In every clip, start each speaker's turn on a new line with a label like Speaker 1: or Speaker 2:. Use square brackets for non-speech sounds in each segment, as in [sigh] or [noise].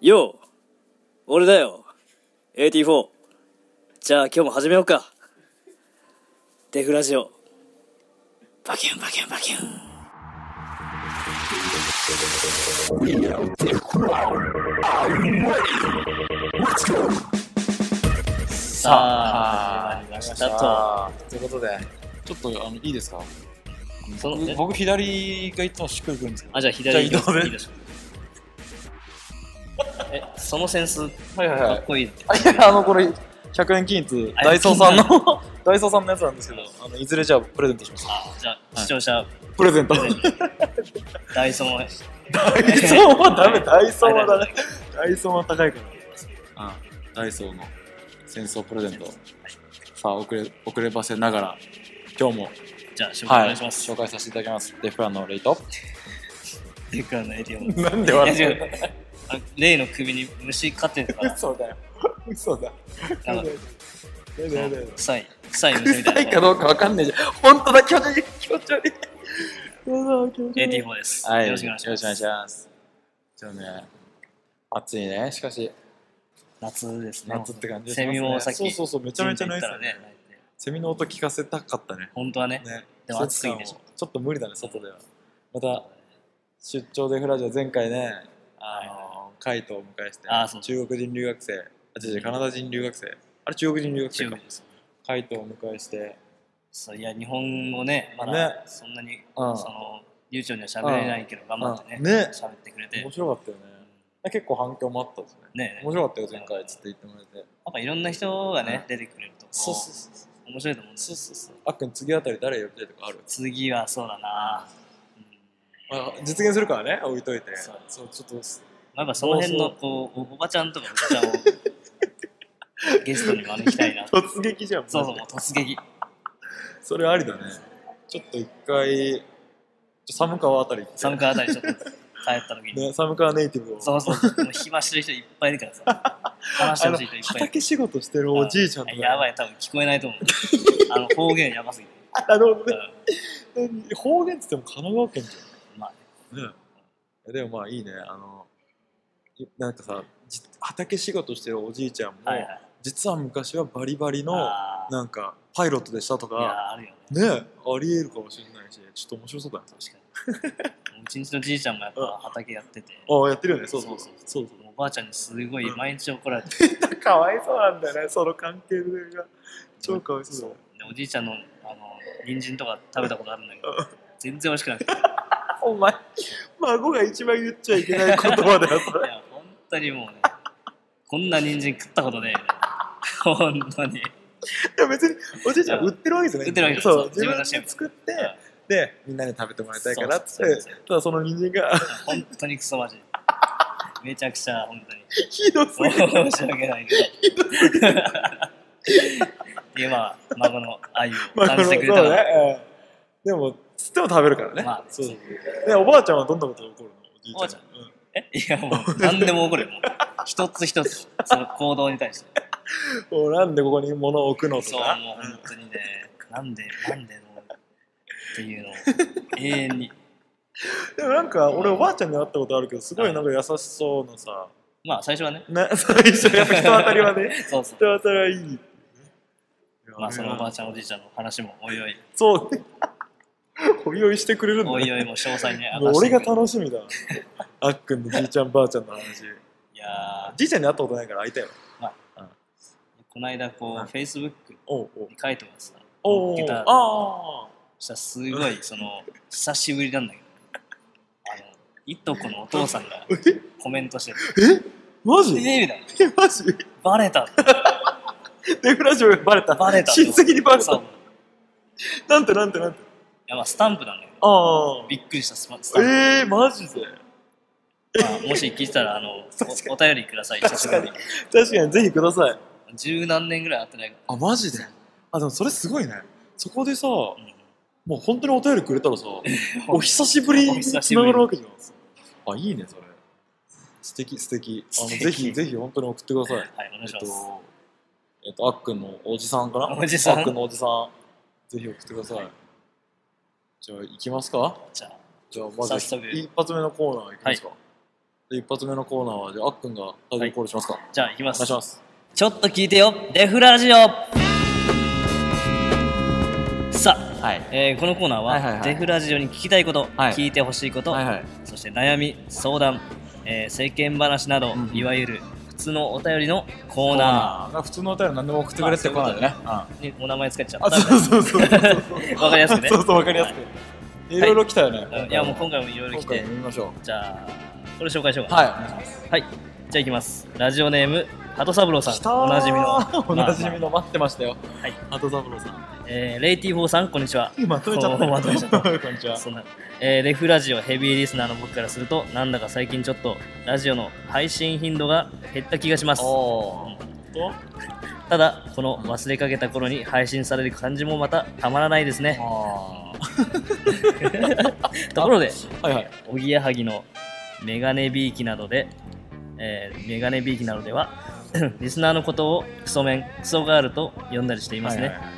Speaker 1: よう俺だよ !AT4! じゃあ今日も始めようかデフラジオバキュンバキュンバキュンさあ
Speaker 2: あり
Speaker 1: 始まりま
Speaker 2: ま
Speaker 1: し
Speaker 2: したた
Speaker 1: と
Speaker 2: と。いうことで、
Speaker 3: ちょっとあのいいですか
Speaker 1: そうね
Speaker 3: 僕僕左がいつもしっくりくるんですけど。
Speaker 1: あじゃあ左
Speaker 3: じゃあ移動ね
Speaker 1: いいでしょえそのセンス
Speaker 3: はいはい
Speaker 1: か
Speaker 3: は
Speaker 1: っ
Speaker 3: い。
Speaker 1: こいいって
Speaker 3: あい [laughs] やあのこれ100円均一
Speaker 1: あ
Speaker 3: ダイソーさん
Speaker 1: 均
Speaker 3: の [laughs] ダイソーさんのやつなんですけど、あのいずれじゃあプレゼントします。
Speaker 1: あじゃあ視聴者
Speaker 3: プレゼント。ダイ
Speaker 1: ダイソーの
Speaker 3: ソー [laughs] はダメ。ダイソーはダメ。ダイソーは高いから。あダイソーの戦争プレゼント。さあ遅れ遅ればせながら今日も
Speaker 1: じゃあ仕事お
Speaker 3: は
Speaker 1: 願
Speaker 3: い
Speaker 1: いします、
Speaker 3: 紹介させていただきます。デフランのレイト。
Speaker 1: デクラの ATM
Speaker 3: [laughs] なんで
Speaker 1: いや違うあ例の首に虫飼ってるから、
Speaker 3: [laughs] 嘘だよ。嘘だ。
Speaker 1: なん
Speaker 3: [laughs]
Speaker 1: か
Speaker 3: やだやだやだ
Speaker 1: 臭い、臭い虫みた
Speaker 3: 臭
Speaker 1: い
Speaker 3: いか
Speaker 1: な。
Speaker 3: どうかわかんないじゃん。本当だ、気持ち悪い。気持ち悪い。
Speaker 1: AT4 です、
Speaker 3: はい、
Speaker 1: よろしくお願いします。
Speaker 3: よろしくお願いします。じゃあね、暑いね、しかし、
Speaker 1: 夏ですね。
Speaker 3: 夏って感じがし
Speaker 1: セ
Speaker 3: ますね
Speaker 1: ミもさっき、
Speaker 3: そうそうそう、めちゃめちゃノイズ
Speaker 1: ジ
Speaker 3: だ
Speaker 1: ム行ったらね。
Speaker 3: セミの音聞かせたかったね。
Speaker 1: 本当はね、
Speaker 3: ね
Speaker 1: でも暑すぎてしょ
Speaker 3: 季節感をちょっと無理だね、外では。また、出張でフラジオ前回ね、あの、カイトをお迎えして
Speaker 1: あそう、
Speaker 3: 中国人留学生、あ、違う違う、カナダ人留学生、あれ中国人留学生
Speaker 1: 中
Speaker 3: か
Speaker 1: 国、です。
Speaker 3: カイトをお迎えして、
Speaker 1: そういや、日本語ね、ま
Speaker 3: ね
Speaker 1: だそんなに、
Speaker 3: うん
Speaker 1: その、悠長には喋れないけど、頑張って
Speaker 3: うん
Speaker 1: ね、
Speaker 3: ね
Speaker 1: 喋ってくれて
Speaker 3: 面、白かったよね。結構反響もあったんですね。
Speaker 1: ね、
Speaker 3: 面白かったよ、前回、つって言ってもらえて。
Speaker 1: なんかいろんな人がね、出てくれると、
Speaker 3: そうそうそうそう。
Speaker 1: 面白いと思うんですそうそうそう。
Speaker 3: あっくん次あたり誰呼びたいとかある
Speaker 1: 次はそうだな、うん、
Speaker 3: あ実現するからね置いといて
Speaker 1: そう
Speaker 3: そうちょっとす
Speaker 1: なんかその辺のこうおおばちゃんとかおばちゃんを [laughs] ゲストに招きたいな。
Speaker 3: 突撃じゃん
Speaker 1: そうそ
Speaker 3: マ
Speaker 1: う、
Speaker 3: ジ
Speaker 1: も
Speaker 3: で
Speaker 1: う突撃。
Speaker 3: それありだねちょっと一回ちょ寒川あたり行って
Speaker 1: 寒川あたりちょっと帰った時に。
Speaker 3: ね、寒川ネイティブを
Speaker 1: そうそう、もう暇してる人いっぱいいるからさ。話してほ
Speaker 3: あの
Speaker 1: しい人いっぱいいる。
Speaker 3: 畑仕事してるおじいちゃんとか
Speaker 1: やばい、多分聞こえないと [laughs] 思う。あの方言やばすぎて。
Speaker 3: なるほど
Speaker 1: う
Speaker 3: ね何方言っつっても神奈川県じ
Speaker 1: んまあ、
Speaker 3: ゃんねえでもまあいいねあのいなんかさじ畑仕事してるおじいちゃんも、
Speaker 1: はいはい。
Speaker 3: 実は昔はバリバリの
Speaker 1: あー
Speaker 3: なんかパイロットでしたと
Speaker 1: い
Speaker 3: か
Speaker 1: や、あるよね。
Speaker 3: ねありえるかもしれないしちょっと面白そうだね
Speaker 1: 確かに。うちんちのじいちゃんもやっぱ畑やってて。
Speaker 3: ああ、やってるよね。そうそう
Speaker 1: そ
Speaker 3: そうう。そうそ
Speaker 1: もうおばあちゃんにすごい毎日怒られて。
Speaker 3: う。かわいそうなんだよね、その関係が。超かわいそうだよ。
Speaker 1: でおじいちゃんのあの人参とか食べたことあるんだけど、全然美味しくなくて。
Speaker 3: お前、孫が一番言っちゃいけない言葉だよ、そ
Speaker 1: い。や、本当にもうね、こんな人参食ったことねえね。本当に。
Speaker 3: いや、別に、おじいちゃん売ってるわけじゃない。
Speaker 1: 売ってるわけじゃ
Speaker 3: そ
Speaker 1: な
Speaker 3: う
Speaker 1: い、
Speaker 3: 自分
Speaker 1: 自分
Speaker 3: で
Speaker 1: で
Speaker 3: 作って、で、みんなに食べてもらいたいからっつ
Speaker 1: そ
Speaker 3: っ
Speaker 1: うそうそう
Speaker 3: て
Speaker 1: そう、
Speaker 3: ただその人参が [laughs]
Speaker 1: 本当にクソマジで。めちゃくちゃ、本当に。
Speaker 3: ひどすぎ
Speaker 1: 申
Speaker 3: る。
Speaker 1: し訳ないけど。今、孫の愛を
Speaker 3: [laughs] まあ、
Speaker 1: 感
Speaker 3: この
Speaker 1: じ
Speaker 3: そ
Speaker 1: てく
Speaker 3: うね
Speaker 1: れたら、。
Speaker 3: うんでも、つっても食べるからね
Speaker 1: まあ。
Speaker 3: そうそうそうで、おばあちゃんはどんなことが起こるのおじい
Speaker 1: おばあ
Speaker 3: ち
Speaker 1: ち
Speaker 3: ゃ
Speaker 1: ゃ
Speaker 3: ん
Speaker 1: ん。えいや、もう、何でも怒るよ。もう一つ一つ、その行動に対して。
Speaker 3: うんもうなんでここに物を置くのと
Speaker 1: そう、
Speaker 3: か。
Speaker 1: もう本当にね、なんで、なんでもう、っていうのを、永遠に。
Speaker 3: でもなんか俺おばあちゃんに会ったことあるけどすごいなんか優しそうなさ、
Speaker 1: まあ、最初はね。
Speaker 3: ね、 [laughs] 最初やっぱ人当たりはね
Speaker 1: [laughs] そうそう
Speaker 3: 人。当たりはいい
Speaker 1: まあ、そのおばあ
Speaker 3: ち
Speaker 1: ちゃん、おじいちゃんの話も、おいおい、
Speaker 3: ゃんそう [laughs] ねおいおいしてくれるんだ、ね、
Speaker 1: [laughs] おいおいもう詳細に
Speaker 3: [laughs] も
Speaker 1: 話し
Speaker 3: う
Speaker 1: て
Speaker 3: 俺
Speaker 1: いく
Speaker 3: が楽しみだ [laughs] あっくんのじいちゃんばあちゃんの話
Speaker 1: いや
Speaker 3: じいちゃんに会ったことないから会いたいわ
Speaker 1: ーこの間こう、
Speaker 3: うん
Speaker 1: Facebook
Speaker 3: おうおう
Speaker 1: に書いてもらってた
Speaker 3: おう
Speaker 1: ギター
Speaker 3: あ
Speaker 1: そしたらすごいその久しぶりなんだけどあのいとこのお父さん
Speaker 3: [laughs]
Speaker 1: がコメントしてて
Speaker 3: ー
Speaker 1: 「
Speaker 3: マジ
Speaker 1: えみたいな
Speaker 3: えマジ
Speaker 1: 「バレた」って
Speaker 3: デフラジオバレた
Speaker 1: バレた
Speaker 3: 親戚にバレ
Speaker 1: そ
Speaker 3: た
Speaker 1: うい
Speaker 3: なんてなんてなんて
Speaker 1: やまあスタンプなんだけど
Speaker 3: あ
Speaker 1: びっくりしたスパスタ
Speaker 3: あ
Speaker 1: ンプ、
Speaker 3: えー、マジで
Speaker 1: まあ、もし聞いてたらあの
Speaker 3: 確かに
Speaker 1: おお便りください久しぶりに
Speaker 3: 確かにぜひください
Speaker 1: 十何年ぐらい会ってないか
Speaker 3: あマジであでもそれすごいねそこでさも
Speaker 1: ら、うん
Speaker 3: う本当にお便りくれたらさお久しぶり
Speaker 1: お
Speaker 3: に
Speaker 1: 久
Speaker 3: つ
Speaker 1: しぶ
Speaker 3: な
Speaker 1: り
Speaker 3: がるわけじゃんあいいねそれ素敵素敵あの
Speaker 1: 素敵
Speaker 3: ぜひぜひ本当に送ってください
Speaker 1: はいお願
Speaker 3: え
Speaker 1: い
Speaker 3: っ
Speaker 1: します、
Speaker 3: とえっとあっくんのおじさんかな
Speaker 1: おじさん
Speaker 3: あっくんのおじさんぜひ送ってください、じゃあ行きますか
Speaker 1: じゃあ
Speaker 3: じゃあまず
Speaker 1: 早速
Speaker 3: 一発目のコーナー行きますか、で一発目のコーナーは、じゃあ、あっくんがタイトルコールしますか。
Speaker 1: じゃあ行きま
Speaker 3: お願いします。
Speaker 1: ちょっと聞いてよデフラジオさあ、
Speaker 3: はい
Speaker 1: えーこのコーナーは,、
Speaker 3: はいはいはい
Speaker 1: デフラジオに聞きたいこと、
Speaker 3: はい
Speaker 1: 聞いてほしいこと、
Speaker 3: はいはい
Speaker 1: そして悩み相談、えー世間話など、
Speaker 3: うん
Speaker 1: いわゆる普通のお便りのコ
Speaker 3: コ
Speaker 1: ーナ
Speaker 3: ーナー。普通のお便り何でも送ってくれってコーナーでね。うん
Speaker 1: ーにお名前つけちゃっ
Speaker 3: あ、
Speaker 1: た
Speaker 3: そうそうそうそうそう。
Speaker 1: [laughs] わかりやすくね
Speaker 3: そうそう、わかりやすく。いろいろ来たよ
Speaker 1: う
Speaker 3: ね。
Speaker 1: んいやもう今回もいろいろ来て
Speaker 3: 今回も見ましょ
Speaker 1: じゃあこれ紹介しよう
Speaker 3: う。
Speaker 1: かな
Speaker 3: はい、お願いします。
Speaker 1: はい、じゃあいきますラジオネーム鳩三郎さ
Speaker 3: 来た
Speaker 1: んおなじみの
Speaker 3: [laughs] おなじ
Speaker 1: ま
Speaker 3: み
Speaker 1: あま
Speaker 3: の、待ってましたよ。
Speaker 1: はい。
Speaker 3: 鳩三郎さん。
Speaker 1: あえーレイティフォーさんこんにちは
Speaker 3: まとめちゃった。
Speaker 1: こうまとめちゃった
Speaker 3: こんにちは。
Speaker 1: そんな、えーレフラジオヘビーリスナーの僕からするとなんだか最近ちょっとラジオの配信頻度が減った気がします
Speaker 3: おー。と
Speaker 1: ただこの忘れかけた頃に配信される感じもまたたまらないですね
Speaker 3: あ
Speaker 1: ところで
Speaker 3: ー。はいはい。
Speaker 1: おぎやはぎのメガネビーキなどで、えーメガネビーキなどでは [clears throat] リスナーのことをクソメンクソガールと呼んだりしていますね、
Speaker 3: はいはいはい。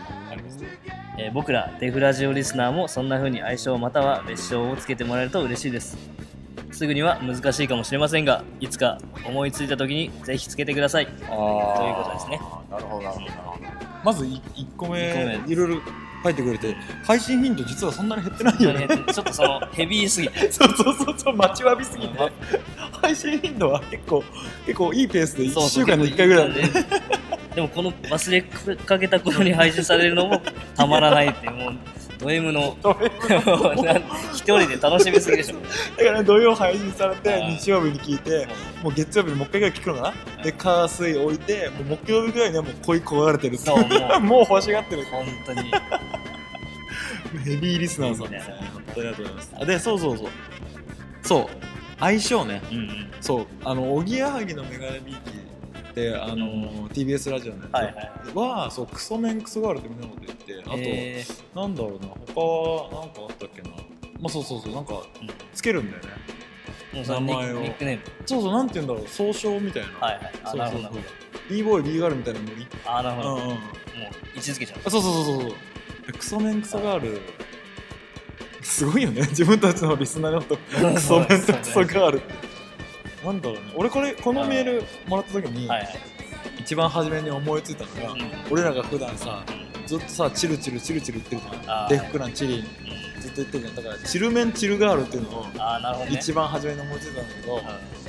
Speaker 1: えー僕らデフラジオリスナーもそんな風に愛称または別称をつけてもらえると嬉しいですすぐには難しいかもしれませんがいつか思いついた時にぜひつけてください
Speaker 3: あー
Speaker 1: ということですね。
Speaker 3: なるほど、なるほどなるほど。まずい一個
Speaker 1: 一
Speaker 3: 目
Speaker 1: 個、目
Speaker 3: いろいろ書いてくれて、配信頻度実はそんなに減ってない
Speaker 1: ち
Speaker 3: よ
Speaker 1: ょ
Speaker 3: ね。
Speaker 1: っとそ
Speaker 3: [laughs]
Speaker 1: のヘビーすぎて
Speaker 3: そうそうそうそう、待ちわびすぎて、配信頻度は結構、結構いいペースで、1週間に1回ぐらいなんで、
Speaker 1: でもこの忘れかけた頃に配信されるのもたまらないっていうもうド M の
Speaker 3: だか
Speaker 1: [laughs] なん一人で楽しみすぎで
Speaker 3: [laughs]
Speaker 1: しょ
Speaker 3: らね土曜配信されて
Speaker 1: あ、ー
Speaker 3: 日曜日に聞いて、もう月曜日にもう一回ぐらい聞くのかな、で、火水置いて、もう木曜日ぐらいにはもう恋焦がれてるって
Speaker 1: そうもう
Speaker 3: [laughs] もう欲しがってる、
Speaker 1: 本当に
Speaker 3: ヘビーリスナーさんですね。本当にありがとうございます。あで、そうそうそう。そう、相性ね。
Speaker 1: うんうん
Speaker 3: そう、あの、おぎやはぎのメガネビーキって、あの、TBS ラジオのやつ
Speaker 1: はいはい
Speaker 3: は、そう、クソメンクソガールってみんなのこと言って、あと、
Speaker 1: え
Speaker 3: なんだろうな、他はなんかあったっけな。まあそうそうそう、なんか
Speaker 1: うん
Speaker 3: つけるんだよね。
Speaker 1: ーもうそのニ
Speaker 3: 名前を
Speaker 1: ックネーム
Speaker 3: そうそう、なんて言うんだろう、総称みたいな。
Speaker 1: はいはいあ
Speaker 3: そう
Speaker 1: な
Speaker 3: そ
Speaker 1: る
Speaker 3: う
Speaker 1: ほ
Speaker 3: そ
Speaker 1: ど
Speaker 3: う。b ボーイ b ガールみたいなのもいい。
Speaker 1: あなる
Speaker 3: う
Speaker 1: ほ
Speaker 3: ん
Speaker 1: ど
Speaker 3: うん。
Speaker 1: も
Speaker 3: あ
Speaker 1: う位置づけちゃう。
Speaker 3: そうそうそうそうそう。クソメンクソガール。すごいよね、自分たちのリスナーの [laughs] こと、クソメンとクソガールって。なんだろうね、俺これ、このメールもらった時に、
Speaker 1: はいはい。
Speaker 3: 一番初めに思いついたのが、
Speaker 1: うん
Speaker 3: 俺らが普段さ、ずっとさ、チルチルチルチル言ってるじゃ
Speaker 1: あ
Speaker 3: ん。
Speaker 1: ー
Speaker 3: デフクランチリンずっと言ってるじゃん。だから、チルメンチルガールっていうのを、
Speaker 1: ああ、なるほどね。
Speaker 3: 一番初めに思いついたんだけど、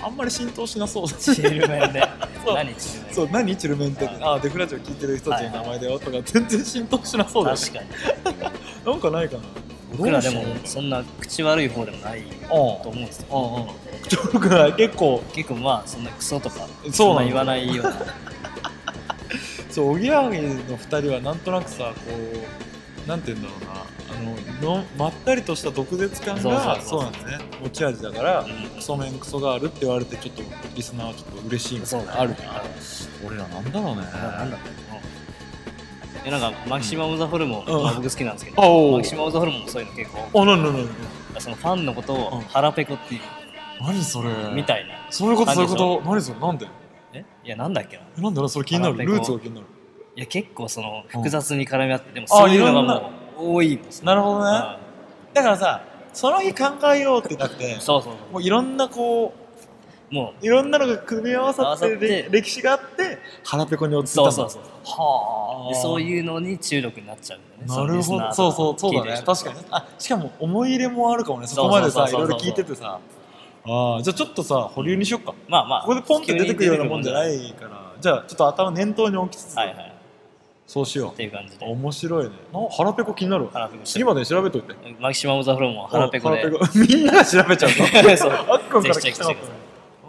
Speaker 3: あんまり浸透しなそうだ [laughs]
Speaker 1: チルメンで。
Speaker 3: う
Speaker 1: 何チルメン
Speaker 3: そう何チルメンって
Speaker 1: あー
Speaker 3: ああデフラジオ聞いてる人たちの名前だよとか全然浸透しなそうだよね
Speaker 1: 確かに。
Speaker 3: なんかないかな
Speaker 1: 僕らでも
Speaker 3: どう、し
Speaker 1: そんな口悪い方でもないと
Speaker 3: よ
Speaker 1: 思うんですよ。
Speaker 3: ううんうんうんちょっとくらい結構
Speaker 1: 結構まあ、そんなクソとか、
Speaker 3: そう
Speaker 1: そんな
Speaker 3: な
Speaker 1: ん
Speaker 3: だ
Speaker 1: 言わないような。
Speaker 3: そうおぎやはぎの2人はなんとなくさこうなんて言うんだろうなあののまったりとした毒舌感が
Speaker 1: そそうそうそう
Speaker 3: そううなんですね持ち味だから
Speaker 1: うん
Speaker 3: クソメンクソガールって言われてちょっとリスナーはちょっと嬉しいみた
Speaker 1: そ
Speaker 3: いうなある
Speaker 1: ね。
Speaker 3: 俺らなんだろうね
Speaker 1: なんだっけな。えなんか、マキシマム・ザ・ホルモン、
Speaker 3: うん
Speaker 1: まあ僕好きなんですけど、
Speaker 3: おお
Speaker 1: マキシマム・ザ・ホルモンもそういうの結構、
Speaker 3: あ、なになになに
Speaker 1: そのファンのこと
Speaker 3: う
Speaker 1: を
Speaker 3: ん
Speaker 1: 腹ペコってい
Speaker 3: 何それ
Speaker 1: う、みたいな。
Speaker 3: そういうこと、そういうこ
Speaker 1: な
Speaker 3: と。何それなんで
Speaker 1: えいや、なんだっけな。
Speaker 3: えなんでそれ気になる
Speaker 1: 腹ペコ
Speaker 3: ルーツが気になる。
Speaker 1: いや結構その
Speaker 3: うん
Speaker 1: 複雑に絡み合って、でも
Speaker 3: あ
Speaker 1: そういうの
Speaker 3: いろん
Speaker 1: が
Speaker 3: な
Speaker 1: もう多いですね。
Speaker 3: なるほどね。
Speaker 1: あ
Speaker 3: だからさ、その日考えようってなって、
Speaker 1: そうそうそ
Speaker 3: もういろんなこ
Speaker 1: う。も
Speaker 3: う、いろんなのが組み合わさっ
Speaker 1: 合わさ
Speaker 3: て
Speaker 1: って
Speaker 3: れ歴史があって、腹ペコに落
Speaker 1: う、
Speaker 3: ち着いた
Speaker 1: そ
Speaker 3: の
Speaker 1: うそうそう。
Speaker 3: は
Speaker 1: でそう
Speaker 3: う。
Speaker 1: いうのに注力になっちゃうんだよね。
Speaker 3: なるほど。そうそう、そうだね。確かに。あ、しかも思い入れもあるかもね。そこまでさ、い
Speaker 1: そう
Speaker 3: ろ
Speaker 1: そそ
Speaker 3: いうろ
Speaker 1: うそう
Speaker 3: 聞いててさ。ああ、じゃあちょっとさ、保留にしよっか。
Speaker 1: まあまあ。。
Speaker 3: ここでポンって出てくるようなもんじゃないいから、じゃあちょっと頭念頭に置きつつ、
Speaker 1: はいはい。
Speaker 3: そうしよう
Speaker 1: っ。ていう感じで。
Speaker 3: 面白いね。な腹ペコ気になるわ。
Speaker 1: 腹ペコして
Speaker 3: 次までに調べといて。
Speaker 1: マキシマム・ザ・フロムは腹ペコで。
Speaker 3: 腹ペコ [laughs] みんなが調べちゃうの
Speaker 1: [laughs] そう
Speaker 3: あっくんから来たかったね
Speaker 1: ぜひチェックしてください。
Speaker 3: あ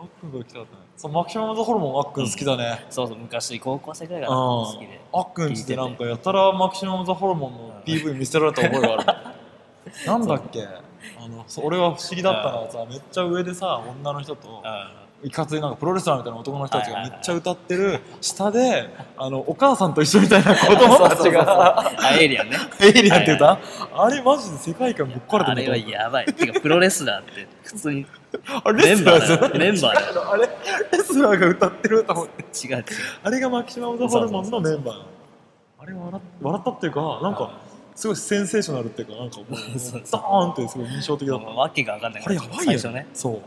Speaker 3: っくんから来たかったね。そう、マキシマムザホルモンあっくん好きだね。
Speaker 1: そうそう、昔高校生くらいが
Speaker 3: うん
Speaker 1: 好きで。
Speaker 3: あっくんちでなんかやたらマキシマムザホルモンの PV 見せられた覚えがある [laughs] の。なんだっけあの、そう俺は不思議だったのはさ、めっちゃ上でさ、女の人と、
Speaker 1: あ
Speaker 3: いかついなんかプロレスラーみたいな男の人たちが
Speaker 1: はいは
Speaker 3: め
Speaker 1: いはい
Speaker 3: っちゃ歌ってる、下で、あの、お母さんと一緒みたいな子供たち [laughs] が、
Speaker 1: あ、エイリアンね。
Speaker 3: エイリアンって歌、あれマジで世界観ぶっ壊れて
Speaker 1: あ
Speaker 3: んだ
Speaker 1: れ
Speaker 3: と
Speaker 1: は
Speaker 3: 思う
Speaker 1: やばい。てか、プロレスラーって普通に
Speaker 3: あれ
Speaker 1: メ
Speaker 3: レ
Speaker 1: ン
Speaker 3: ス
Speaker 1: バ
Speaker 3: ラ
Speaker 1: ー
Speaker 3: ーじゃ
Speaker 1: だ
Speaker 3: な
Speaker 1: よ。
Speaker 3: い
Speaker 1: メンバーだよ。
Speaker 3: あれレスラーが歌ってると思って
Speaker 1: 違う違う。
Speaker 3: あれがマキシマム・ザ・ホルモンのメンバーあれ笑っ笑ったっていうかなんかすごいセンセーショナルっていうかなんかもうド
Speaker 1: そうそう
Speaker 3: ーンってすごい印象的だった
Speaker 1: わけがわかんない。
Speaker 3: あれやばいよ
Speaker 1: 最初ね。
Speaker 3: そう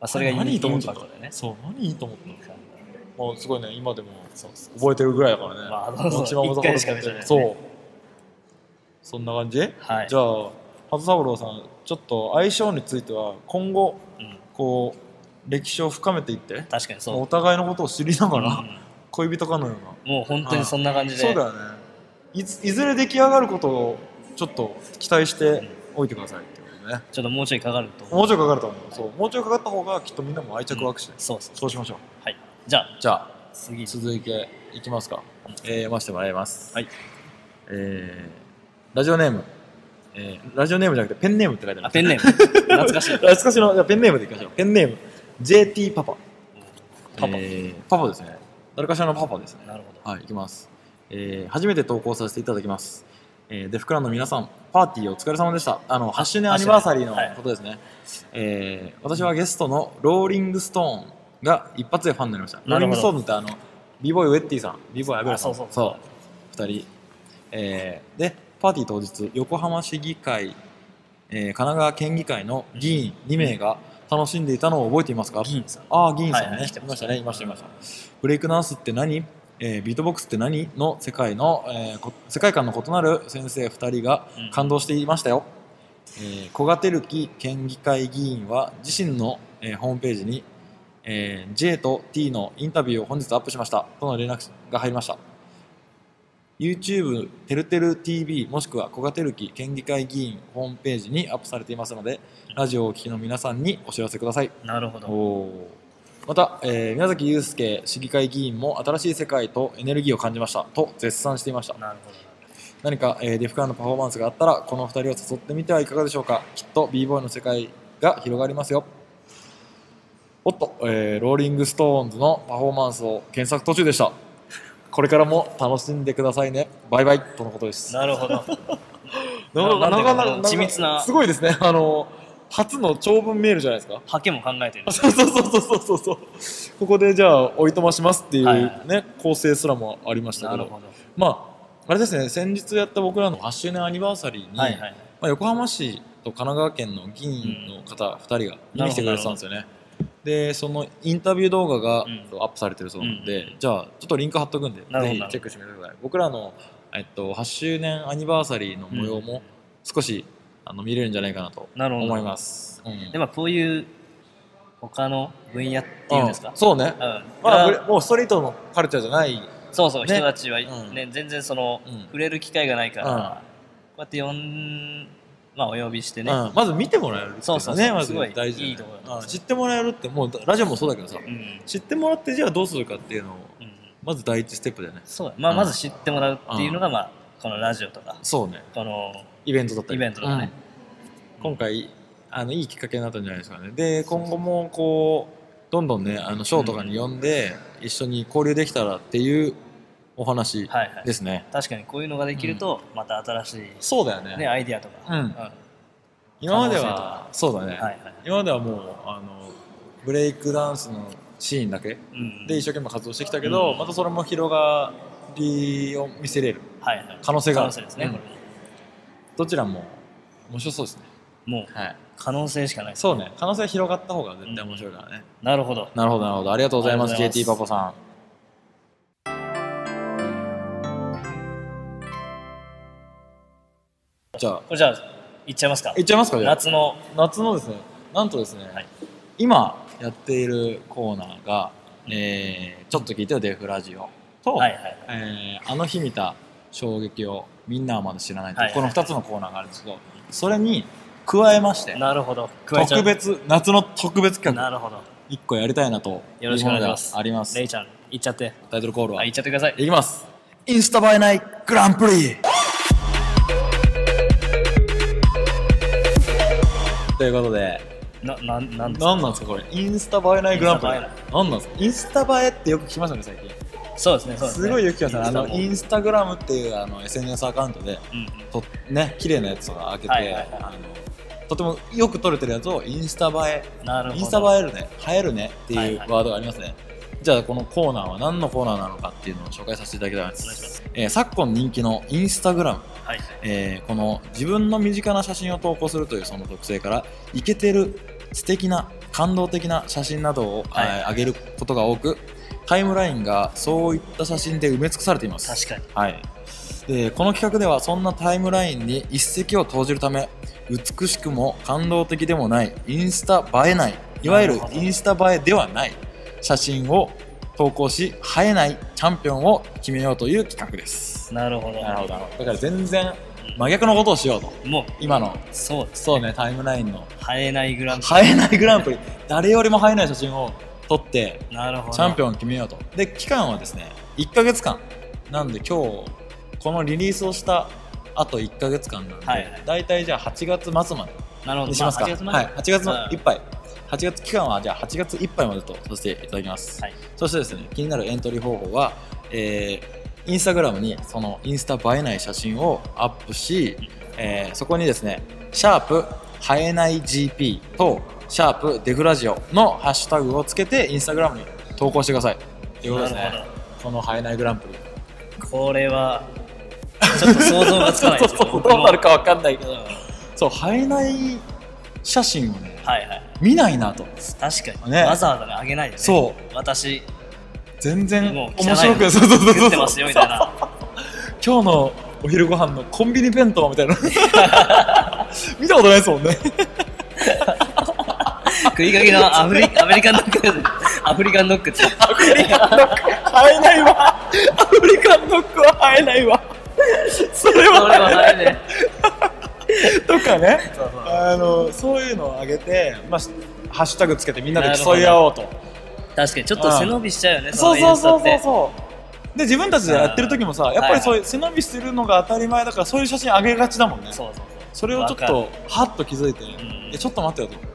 Speaker 1: あ、それがイン
Speaker 3: 何いいと思
Speaker 1: イ
Speaker 3: っ
Speaker 1: ン
Speaker 3: ちゃ
Speaker 1: パ
Speaker 3: っ
Speaker 1: ク
Speaker 3: た
Speaker 1: トだね。
Speaker 3: そう何いいと思ったのもうすごいね今でも覚えてるぐらいだからね、
Speaker 1: まあそうそう
Speaker 3: 一番驚く
Speaker 1: 一回しか見てないね
Speaker 3: そうそんな感じ、
Speaker 1: はい
Speaker 3: じゃあ鳩三郎さんちょっと相性については今後
Speaker 1: うん、
Speaker 3: こう歴史を深めていって
Speaker 1: 確かにそう。
Speaker 3: お互いのことを知りながら、
Speaker 1: うん
Speaker 3: 恋人かのような
Speaker 1: もう本当にそんな感じで。
Speaker 3: そうだよねいついずれ出来上がることをちょっと期待しておいてくださいってことね
Speaker 1: ちょっともうちょいかかると思う。
Speaker 3: もうちょいかかると思うそうもうちょいかかった方がきっとみんなも愛着湧くし、
Speaker 1: そうそう。
Speaker 3: そうしましょう
Speaker 1: はい。じゃあ、
Speaker 3: じゃあ
Speaker 1: 次。
Speaker 3: 続いていきますか、えー読ませてもらいます
Speaker 1: はい
Speaker 3: えーラジオネーム、えーラジオネームじゃなくてペンネームって書いてあ
Speaker 1: あ、
Speaker 3: る
Speaker 1: ペンネーム。懐か
Speaker 3: [laughs]
Speaker 1: しい。
Speaker 3: 懐かしのじゃあペンネームでいきましょうペンネーム JT パパ
Speaker 1: パパ
Speaker 3: えーパパですね誰かしらのパパですね
Speaker 1: なるほど。
Speaker 3: はい、いきます。えー初めて投稿させていただきます。えーデフクランの皆さん、パーティーお疲れ様でした。あの、8周年アニバーサリーのことですね。えー私はゲストのローリングストーンが一発でファンになりました。ロー
Speaker 1: な
Speaker 3: リ
Speaker 1: る
Speaker 3: ン
Speaker 1: ほ
Speaker 3: グ
Speaker 1: ど
Speaker 3: ストーンってあの、b ボーイウェッティさん、b ボーイアベラさん、
Speaker 1: あそうそうそう
Speaker 3: 2人、えーで、パーティー当日、横浜市議会、えー神奈川県議会の議員2名が楽しんでいたのを覚えていますか
Speaker 1: 議員さん。
Speaker 3: ああ、議員さんね、
Speaker 1: はいはい
Speaker 3: い
Speaker 1: 来て
Speaker 3: ま
Speaker 1: ま
Speaker 3: し
Speaker 1: したた
Speaker 3: ね、いました、いました。ブレイクダンスって何、えービートボックスって何の世界の、えーこ世界観の異なる先生2人が
Speaker 1: うん
Speaker 3: 感動していましたよ。えー小賀照樹県議会議員は自身の、えーホームページに、えー J と T のインタビューを本日アップしましたとの連絡が入りました。YouTube てるてる TV もしくは小賀照樹県議会議員ホームページにアップされていますのでラジオをお聞きの皆さんにお知らせください。
Speaker 1: なるほど。
Speaker 3: おまた、えー宮崎祐介市議会議員も新しい世界とエネルギーを感じましたと絶賛していました
Speaker 1: なるほど。
Speaker 3: 何か、えーデフカンのパフォーマンスがあったらこの2人を誘ってみてはいかがでしょうかきっと b ボーイの世界が広がりますよおっと、えーローリングストーンズのパフォーマンスを検索途中でしたこれからも楽しんでくださいねバイバイとのことです
Speaker 1: なるほど。
Speaker 3: な
Speaker 1: な
Speaker 3: かなか
Speaker 1: んていうか
Speaker 3: なかなか
Speaker 1: 緻密な
Speaker 3: すごいですねあの初の長文メールじゃないですか
Speaker 1: ハケも考えてる。
Speaker 3: そうそうそうそうそうそうここでじゃあおいとましますっていうね、
Speaker 1: はいはい
Speaker 3: 構成すらもありました
Speaker 1: な
Speaker 3: けど
Speaker 1: るほど。
Speaker 3: まああれですね先日やった僕らの8周年アニバーサリーに、
Speaker 1: はいはい。
Speaker 3: まあ、横浜市と神奈川県の議員の方2人が見に来てくれてたんですよね、でそのインタビュー動画がア
Speaker 1: うん
Speaker 3: ップされてるそうなんで、
Speaker 1: うんうん
Speaker 3: じゃあちょっとリンク貼っとくんでぜ
Speaker 1: なるほど
Speaker 3: ひチェックしてみてください僕らの、えっと、8周年アニバーサリーの模様も少し、あの見れるんじゃないかなと
Speaker 1: なるほど。
Speaker 3: 思います、うん
Speaker 1: でもこういう他の分野っていうんですか
Speaker 3: ん、そうね
Speaker 1: う、ん
Speaker 3: まあ、
Speaker 1: いや
Speaker 3: もうストリートのカルチャーじゃない、
Speaker 1: そうそう、
Speaker 3: ね
Speaker 1: 人たちは、
Speaker 3: うん
Speaker 1: ね全然その、
Speaker 3: うん
Speaker 1: 触れる機会がないから、
Speaker 3: うん
Speaker 1: こうやって呼ん、まあ、お呼びしてね、
Speaker 3: うんまず見てもらえるってい
Speaker 1: そうそうそう
Speaker 3: ねまず
Speaker 1: すごい
Speaker 3: 大事だよね
Speaker 1: いいところなん
Speaker 3: う
Speaker 1: で
Speaker 3: ん
Speaker 1: す
Speaker 3: 知ってもらえるってもうラジオもそうだけどさ、
Speaker 1: うんうん
Speaker 3: 知ってもらってじゃあどうするかっていうのをまず第一ステップだよね
Speaker 1: そうだまあ、
Speaker 3: うん
Speaker 1: まず知ってもらうっていうのが、まあ、このラジオとか
Speaker 3: そうね
Speaker 1: この
Speaker 3: イベントだったり
Speaker 1: イベントとかね、
Speaker 3: うん今回あのいいきっかけになったんじゃないですかねで今後もこうどんどんねあのショーとかに呼んで、一緒に交流できたらっていうお話
Speaker 1: はいはい
Speaker 3: ですね、
Speaker 1: 確かにこういうのができると、また新し
Speaker 3: そうだよね
Speaker 1: い、ね、アイディアとか、
Speaker 3: うん
Speaker 1: は
Speaker 3: 今まで
Speaker 1: 可能性と
Speaker 3: はそうだね、
Speaker 1: いはい
Speaker 3: 今まではもうあのブレイクダンスのシーンだけ
Speaker 1: うん
Speaker 3: で一生懸命活動してきたけど、
Speaker 1: うん
Speaker 3: またそれも広がりを見せれる
Speaker 1: はいはい、
Speaker 3: 可能性がある
Speaker 1: ですね、
Speaker 3: うん
Speaker 1: これ
Speaker 3: どちらも面白そうですね、
Speaker 1: もう
Speaker 3: はい、
Speaker 1: 可能性しかないです
Speaker 3: そうね可能性広がった方が絶対面白いからね、
Speaker 1: なるほど
Speaker 3: なるほどなるほどありがとうございます
Speaker 1: ありがとう
Speaker 3: JT パパ
Speaker 1: ご
Speaker 3: さんじゃあ
Speaker 1: これじゃあいっちゃいますか
Speaker 3: いっちゃいますかじゃあ
Speaker 1: 夏の
Speaker 3: 夏のですねなんとですね、
Speaker 1: はい
Speaker 3: 今やっているコーナーが、えーちょっと聞いてよデフラジオ」と、
Speaker 1: はいはい
Speaker 3: えーあの日見た衝撃をみんなはまだ知らない」とい
Speaker 1: は
Speaker 3: う
Speaker 1: い
Speaker 3: この2つのコーナーがあるんですけどそれに加えまして
Speaker 1: なるほど加えちゃう
Speaker 3: 特別夏の特別企
Speaker 1: な
Speaker 3: 画
Speaker 1: るほど
Speaker 3: 1個やりたいなと
Speaker 1: よろしくお願いします
Speaker 3: うものがあります
Speaker 1: レイちゃん行っちゃって
Speaker 3: タイトルコールは
Speaker 1: あ
Speaker 3: い
Speaker 1: 行っちゃってください
Speaker 3: きますインスタ映えないグランプリということで
Speaker 1: ななんなんですか
Speaker 3: 何なんですかこれインスタ映えないグランプリ
Speaker 1: インスタ映
Speaker 3: 何なんですかインスタ映えってよく聞きますよね最近
Speaker 1: そうですねそうですすね
Speaker 3: ごいよく聞きますあのイ
Speaker 1: イン
Speaker 3: ンスタグラムっていうあの SNS アカウントで
Speaker 1: うんうん
Speaker 3: とね綺麗なやつとか開けて、
Speaker 1: はいはいはい
Speaker 3: あのとてもよく撮れてるやつをインスタ映
Speaker 1: なるほ
Speaker 3: え
Speaker 1: ど
Speaker 3: インスタ映えるね映えるねって
Speaker 1: はいいうはい
Speaker 3: ワードがありますね、じゃあこのコーナーは何のコーナーなのかっていうのを紹介させていただきたい
Speaker 1: お願い
Speaker 3: と思い
Speaker 1: し
Speaker 3: ま
Speaker 1: ますす、
Speaker 3: えー昨今人気のインスタグラム
Speaker 1: はい
Speaker 3: えーこの自分の身近な写真を投稿するというその特性からイケてる素敵な感動的な写真などを、
Speaker 1: はい
Speaker 3: えー上げることが多くタイムラインがそういった写真で埋め尽くされています
Speaker 1: 確かに
Speaker 3: はい、でこの企画ではそんなタイムラインに一石を投じるため美しくも感動的でもないインスタ映えないいわゆる
Speaker 1: なるほど
Speaker 3: インスタ映えではない写真を投稿し映えないチャンピオンを決めようという企画です
Speaker 1: なるほど
Speaker 3: だから全然真逆のことをしようと
Speaker 1: もう
Speaker 3: 今の
Speaker 1: そうです
Speaker 3: そうねタイムラインの [laughs]
Speaker 1: 生えないグランプ
Speaker 3: 映えないグランプリ誰よりも映えない写真を撮って
Speaker 1: リなるほど
Speaker 3: チャンピ
Speaker 1: オン
Speaker 3: オンを決めようと。で、期間はですね、1ヶ月間。なんで今日、このリリースをしたあと1ヶ月間なんで、
Speaker 1: はいはい
Speaker 3: 大体じゃあ8月末まで
Speaker 1: なるほど
Speaker 3: にしますか。
Speaker 1: あ8月まで
Speaker 3: はい、8月
Speaker 1: うん
Speaker 3: いっぱい。8月期間はじゃあ8月いっぱいまでとさせていただきます。
Speaker 1: はい
Speaker 3: そしてですね、気になるエントリー方法は、えー、インスタグラムにそのインスタ映えない写真をアップし、えーそこにですね、シャープ映えない GP と、シャープデフラジオのハッシュタグをつけて、インスタグラムに投稿してください。ということです
Speaker 1: な
Speaker 3: ね
Speaker 1: る。
Speaker 3: この映えないグランプリ。
Speaker 1: これはちょっと想像がつかない
Speaker 3: [laughs]
Speaker 1: ですね
Speaker 3: どうなるかわかんないけ
Speaker 1: 僕も
Speaker 3: ど。
Speaker 1: うん
Speaker 3: そう、映えない写真をね、
Speaker 1: はいはい
Speaker 3: 見ないなと。
Speaker 1: 確かに、
Speaker 3: ね
Speaker 1: わざわざねあげないよね
Speaker 3: そう
Speaker 1: 私
Speaker 3: 全然
Speaker 1: も
Speaker 3: 面
Speaker 1: う汚いの
Speaker 3: 白く、そうそうそう
Speaker 1: 作
Speaker 3: そ
Speaker 1: っ
Speaker 3: う
Speaker 1: てますよみたいな
Speaker 3: 今日のお昼ご飯のコンビニ弁当み [laughs] たいな見たことないですもんね
Speaker 1: 食いかけのアフリアメリカンドッグアフリカンドッグって
Speaker 3: 会えないわアフリカンドッグは会えないわそ
Speaker 1: そ
Speaker 3: れ
Speaker 1: れは
Speaker 3: は
Speaker 1: ないね
Speaker 3: とかね
Speaker 1: そうそう
Speaker 3: あのそういうのを上げて、まあ、ハッシュタグつけてみんなで競い合おうと
Speaker 1: 確かにちょっと背伸びしちゃうよね
Speaker 3: そう
Speaker 1: のイ
Speaker 3: そう
Speaker 1: ンスタ
Speaker 3: そう
Speaker 1: って
Speaker 3: そうそうで自分たちでやってる時もさ
Speaker 1: うん
Speaker 3: やっぱりそういう背伸びするのが当たり前だからそういう写真上げがちだもんね
Speaker 1: そうそう
Speaker 3: それをちょっ
Speaker 1: わか
Speaker 3: とハッと気づいて、
Speaker 1: ん
Speaker 3: えちょっと待ってよと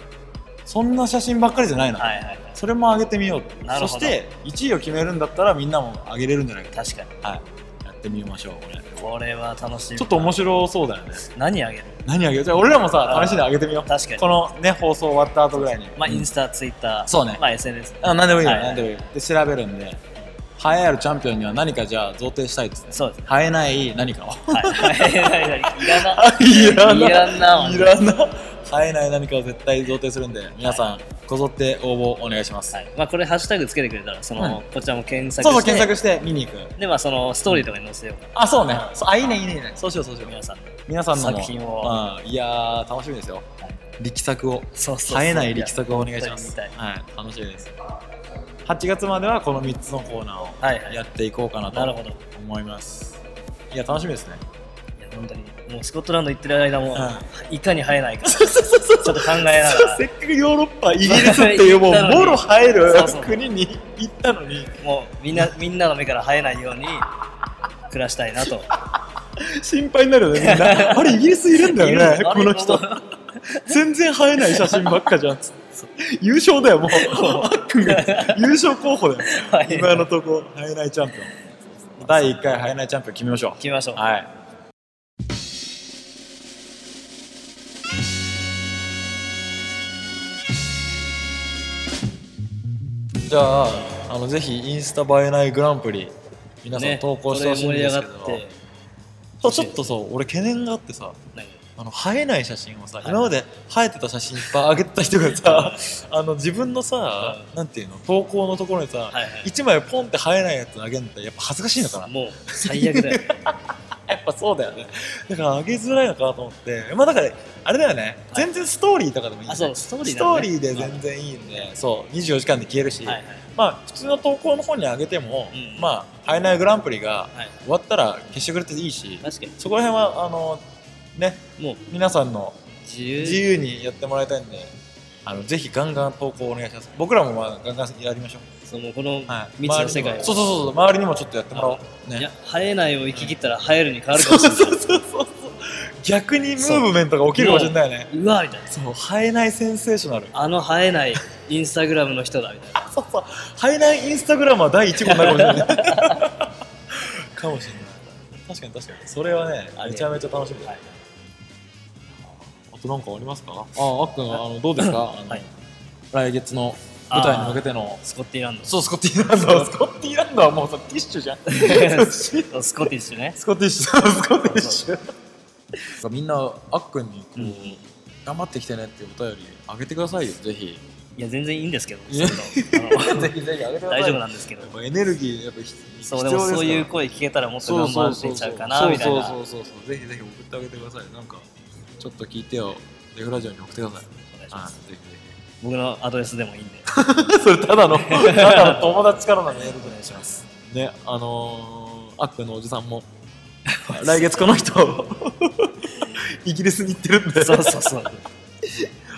Speaker 3: そんな写真ばっかりじゃないな、
Speaker 1: はいはいはい
Speaker 3: それも上げてみよう
Speaker 1: なる
Speaker 3: そ
Speaker 1: ほど
Speaker 3: して1位を決めるんだったらみんなも上げれるんじゃないか
Speaker 1: 確かに
Speaker 3: はいやってみましょうこれち
Speaker 1: これは楽しい
Speaker 3: ょっと面白そうだよね
Speaker 1: 何あげる
Speaker 3: 何上げようじゃあ俺らもさ
Speaker 1: あー
Speaker 3: 試しに上げてみよう
Speaker 1: 確かに
Speaker 3: このね放送終わった後ぐらいに
Speaker 1: まあインスタツイッター
Speaker 3: そうね
Speaker 1: まあ SNS
Speaker 3: あ何でもいいよ、
Speaker 1: はいはい
Speaker 3: 何でもいいよで調べるんで栄えあるチャンピオンには何かじゃあ贈呈したいですね
Speaker 1: そうですね
Speaker 3: 生えない何かを [laughs]
Speaker 1: はいはいはい
Speaker 3: い
Speaker 1: らないいらない
Speaker 3: [laughs] いらな生えない何かを絶対贈呈するんで皆さん、こぞって応募お願いします、
Speaker 1: はいまあこれハッシュタグつけてくれたらそのこちらも検索
Speaker 3: そうそう
Speaker 1: して
Speaker 3: 検索して見に行く
Speaker 1: でまあそのストーリーとかに載せようか
Speaker 3: あそうねそうあいいねいいねいいねそうしようそうしよう
Speaker 1: 皆さん
Speaker 3: 皆さんの
Speaker 1: 作品を、
Speaker 3: うんいやー楽しみですよ、
Speaker 1: はい
Speaker 3: 力作を
Speaker 1: そうそうそう
Speaker 3: 冴えない力作をお願いします
Speaker 1: 見たい
Speaker 3: はい楽しみです8月まではこの3つのコーナーを
Speaker 1: はいはい
Speaker 3: やっていこうかなと
Speaker 1: なるほどい
Speaker 3: 思いますいや楽しみですね
Speaker 1: や本当にもうスコットランド行ってる間も
Speaker 3: う
Speaker 1: いかに生えないかちょっと考えながら
Speaker 3: [laughs] せっかくヨーロッパイギリスっていうもう
Speaker 1: 行ったのに
Speaker 3: もろ入る
Speaker 1: そうそう
Speaker 3: 国に行ったのに
Speaker 1: もうみんなみんなの目から生えないように暮らしたいなと
Speaker 3: 心配になるよねみん
Speaker 1: [laughs]
Speaker 3: なあれイギリスいるんだよ
Speaker 1: いる
Speaker 3: ね
Speaker 1: の
Speaker 3: この人
Speaker 1: あれ
Speaker 3: 全然映えない写真ばっかじゃんつって優勝だよもう [laughs] あっくんが優勝候補だよ
Speaker 1: はい
Speaker 3: 今のところ、ハイナイチャンピオン。第1回ハイナイチャンピオン決めましょ
Speaker 1: 行きましょ
Speaker 3: う。
Speaker 1: う
Speaker 3: はい。じゃあ、あのぜひインスタ映えないグランプリ、皆さん
Speaker 1: ね
Speaker 3: 投稿してほしいんですけど、
Speaker 1: これ盛り上がって
Speaker 3: そうちょっとそう、俺懸念があってさ、
Speaker 1: 何
Speaker 3: あの生えない写真をさ、
Speaker 1: い
Speaker 3: 今まで生えてた写真いっぱい上げてた人がさ [laughs] あの自分のさ、
Speaker 1: う
Speaker 3: なんていうの投稿のところにさ、
Speaker 1: はい
Speaker 3: [laughs]
Speaker 1: はい
Speaker 3: 一枚ポンって生えないやつあげるのってやっぱ恥ずかしいのかな
Speaker 1: もう最悪だよ
Speaker 3: [laughs] やっぱそうだよねだから上げづらいのかなと思ってまあだからあれだよね、
Speaker 1: はい
Speaker 3: 全然ストーリーとかでもいいん
Speaker 1: あ
Speaker 3: だ
Speaker 1: そ
Speaker 3: よ
Speaker 1: う
Speaker 3: ね
Speaker 1: ストーリー
Speaker 3: ス
Speaker 1: だ
Speaker 3: ト
Speaker 1: よ
Speaker 3: ー
Speaker 1: ね
Speaker 3: リーで全然いいんで、そう24時間で消えるし、
Speaker 1: はいはい
Speaker 3: まあ普通の投稿の方に上げても、
Speaker 1: うん
Speaker 3: まあ生えないグランプリが
Speaker 1: はい
Speaker 3: 終わったら消してくれていいし、
Speaker 1: 確かに
Speaker 3: そこら辺はあのね
Speaker 1: もう
Speaker 3: 皆さんの
Speaker 1: 自由
Speaker 3: 自由にやってもらいたいんであのぜひガンガン投稿お願いします僕らもまあガンガンやりましょ
Speaker 1: そのこの
Speaker 3: う、はい、
Speaker 1: 未知の世界を、
Speaker 3: 周りにもそうそうそうそう周りにもちょっとやってもらおう
Speaker 1: いや
Speaker 3: ね
Speaker 1: 生えないを行き切ったら生えるに変わるかもしれない
Speaker 3: そうそうそう逆にムーブメントが起きるかもしれないね
Speaker 1: うわみたいな
Speaker 3: そう生えないセンセーショナル
Speaker 1: あの生えないインスタグラムの人だみたいな
Speaker 3: そうそう生えないインスタグラムは第1号になるかも [laughs] しれないかもしれない確かに確かにそれはねめちゃめちゃ楽しみだ、
Speaker 1: はい
Speaker 3: あとなんかありますかああっくんあのどうですか、あの
Speaker 1: はい
Speaker 3: 来月の舞台に向けての
Speaker 1: スコッティランド
Speaker 3: そう、スコッティランド。スコッティランドはもうさ、ティッシュじゃん。 [laughs] ス
Speaker 1: スコティッシュね
Speaker 3: コティッシュ、スコティッシュ。みんな、あっくんにこう、
Speaker 1: うん
Speaker 3: 頑張ってきてねっていうお便りあげてくださいよ、ぜひ。
Speaker 1: いや全然いいんですけど
Speaker 3: いや
Speaker 1: そんなのあの
Speaker 3: ぜひぜひあげて [laughs] ください
Speaker 1: 大丈夫なんですけど
Speaker 3: やっぱエネルギーやっぱ必必
Speaker 1: そう
Speaker 3: 要
Speaker 1: で
Speaker 3: です
Speaker 1: も
Speaker 3: から
Speaker 1: そういう声聞けたらもっと頑張ってちゃうかなみたいな
Speaker 3: そ
Speaker 1: お
Speaker 3: うそうそうそうぜひぜひ送ってあげてくださいなんかちょっと聞いてよデフラジオに送ってください
Speaker 1: 願いし
Speaker 3: あ
Speaker 1: ます
Speaker 3: ぜひぜ
Speaker 1: 僕のアドレスでもいいんで
Speaker 3: ひ [laughs] それただのただの友達からのメール
Speaker 1: お願いします
Speaker 3: [laughs] ねあのー、アックのおじさんも [laughs] 来月この人 [laughs] イギリスに行ってるんで
Speaker 1: そうそうそう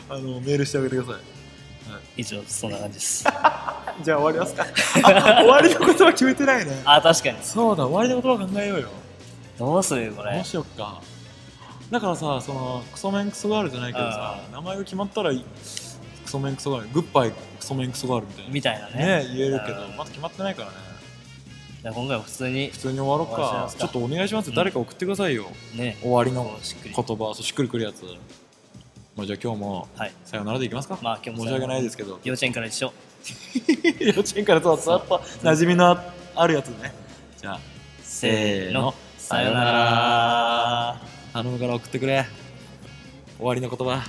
Speaker 3: あのメールしてあげてくださ
Speaker 1: 以上そんな感じです
Speaker 3: いじゃあ終わりますか [laughs] あ終わりのことは決めてないね
Speaker 1: あ確かに
Speaker 3: そうだ終わりのことは考えようよ
Speaker 1: どうするこれ
Speaker 3: どうしよっかだからさそのクソメンクソガールじゃないけどさ
Speaker 1: う
Speaker 3: 名前が決まったらいクソメンクソガールグッバイクソメンクソガールみたいな
Speaker 1: みたいな
Speaker 3: ね
Speaker 1: ね
Speaker 3: 言えるけど
Speaker 1: うん
Speaker 3: まだ決まってないからね
Speaker 1: じゃあ今回は普通に
Speaker 3: 普通に終わろう
Speaker 1: 終わらせ
Speaker 3: か
Speaker 1: ます
Speaker 3: ち
Speaker 1: か
Speaker 3: ょっとお願いしますよ、
Speaker 1: うん
Speaker 3: 誰か送ってくださいよ
Speaker 1: ね
Speaker 3: 終わりの
Speaker 1: こうしっくり
Speaker 3: 言葉そうしっくりくるやつまあじゃあ今日も
Speaker 1: はい
Speaker 3: さよならでいきますか、
Speaker 1: まあ今日も
Speaker 3: 申し訳ないですすけど
Speaker 1: 幼稚園から一緒
Speaker 3: 幼稚園からそうずっと馴染みのあるやつねじゃあ
Speaker 1: せーの
Speaker 3: さ
Speaker 1: さ
Speaker 3: よ
Speaker 1: よ
Speaker 3: な
Speaker 1: な
Speaker 3: ら
Speaker 1: ら
Speaker 3: 頼むから送ってくれ終わりの言葉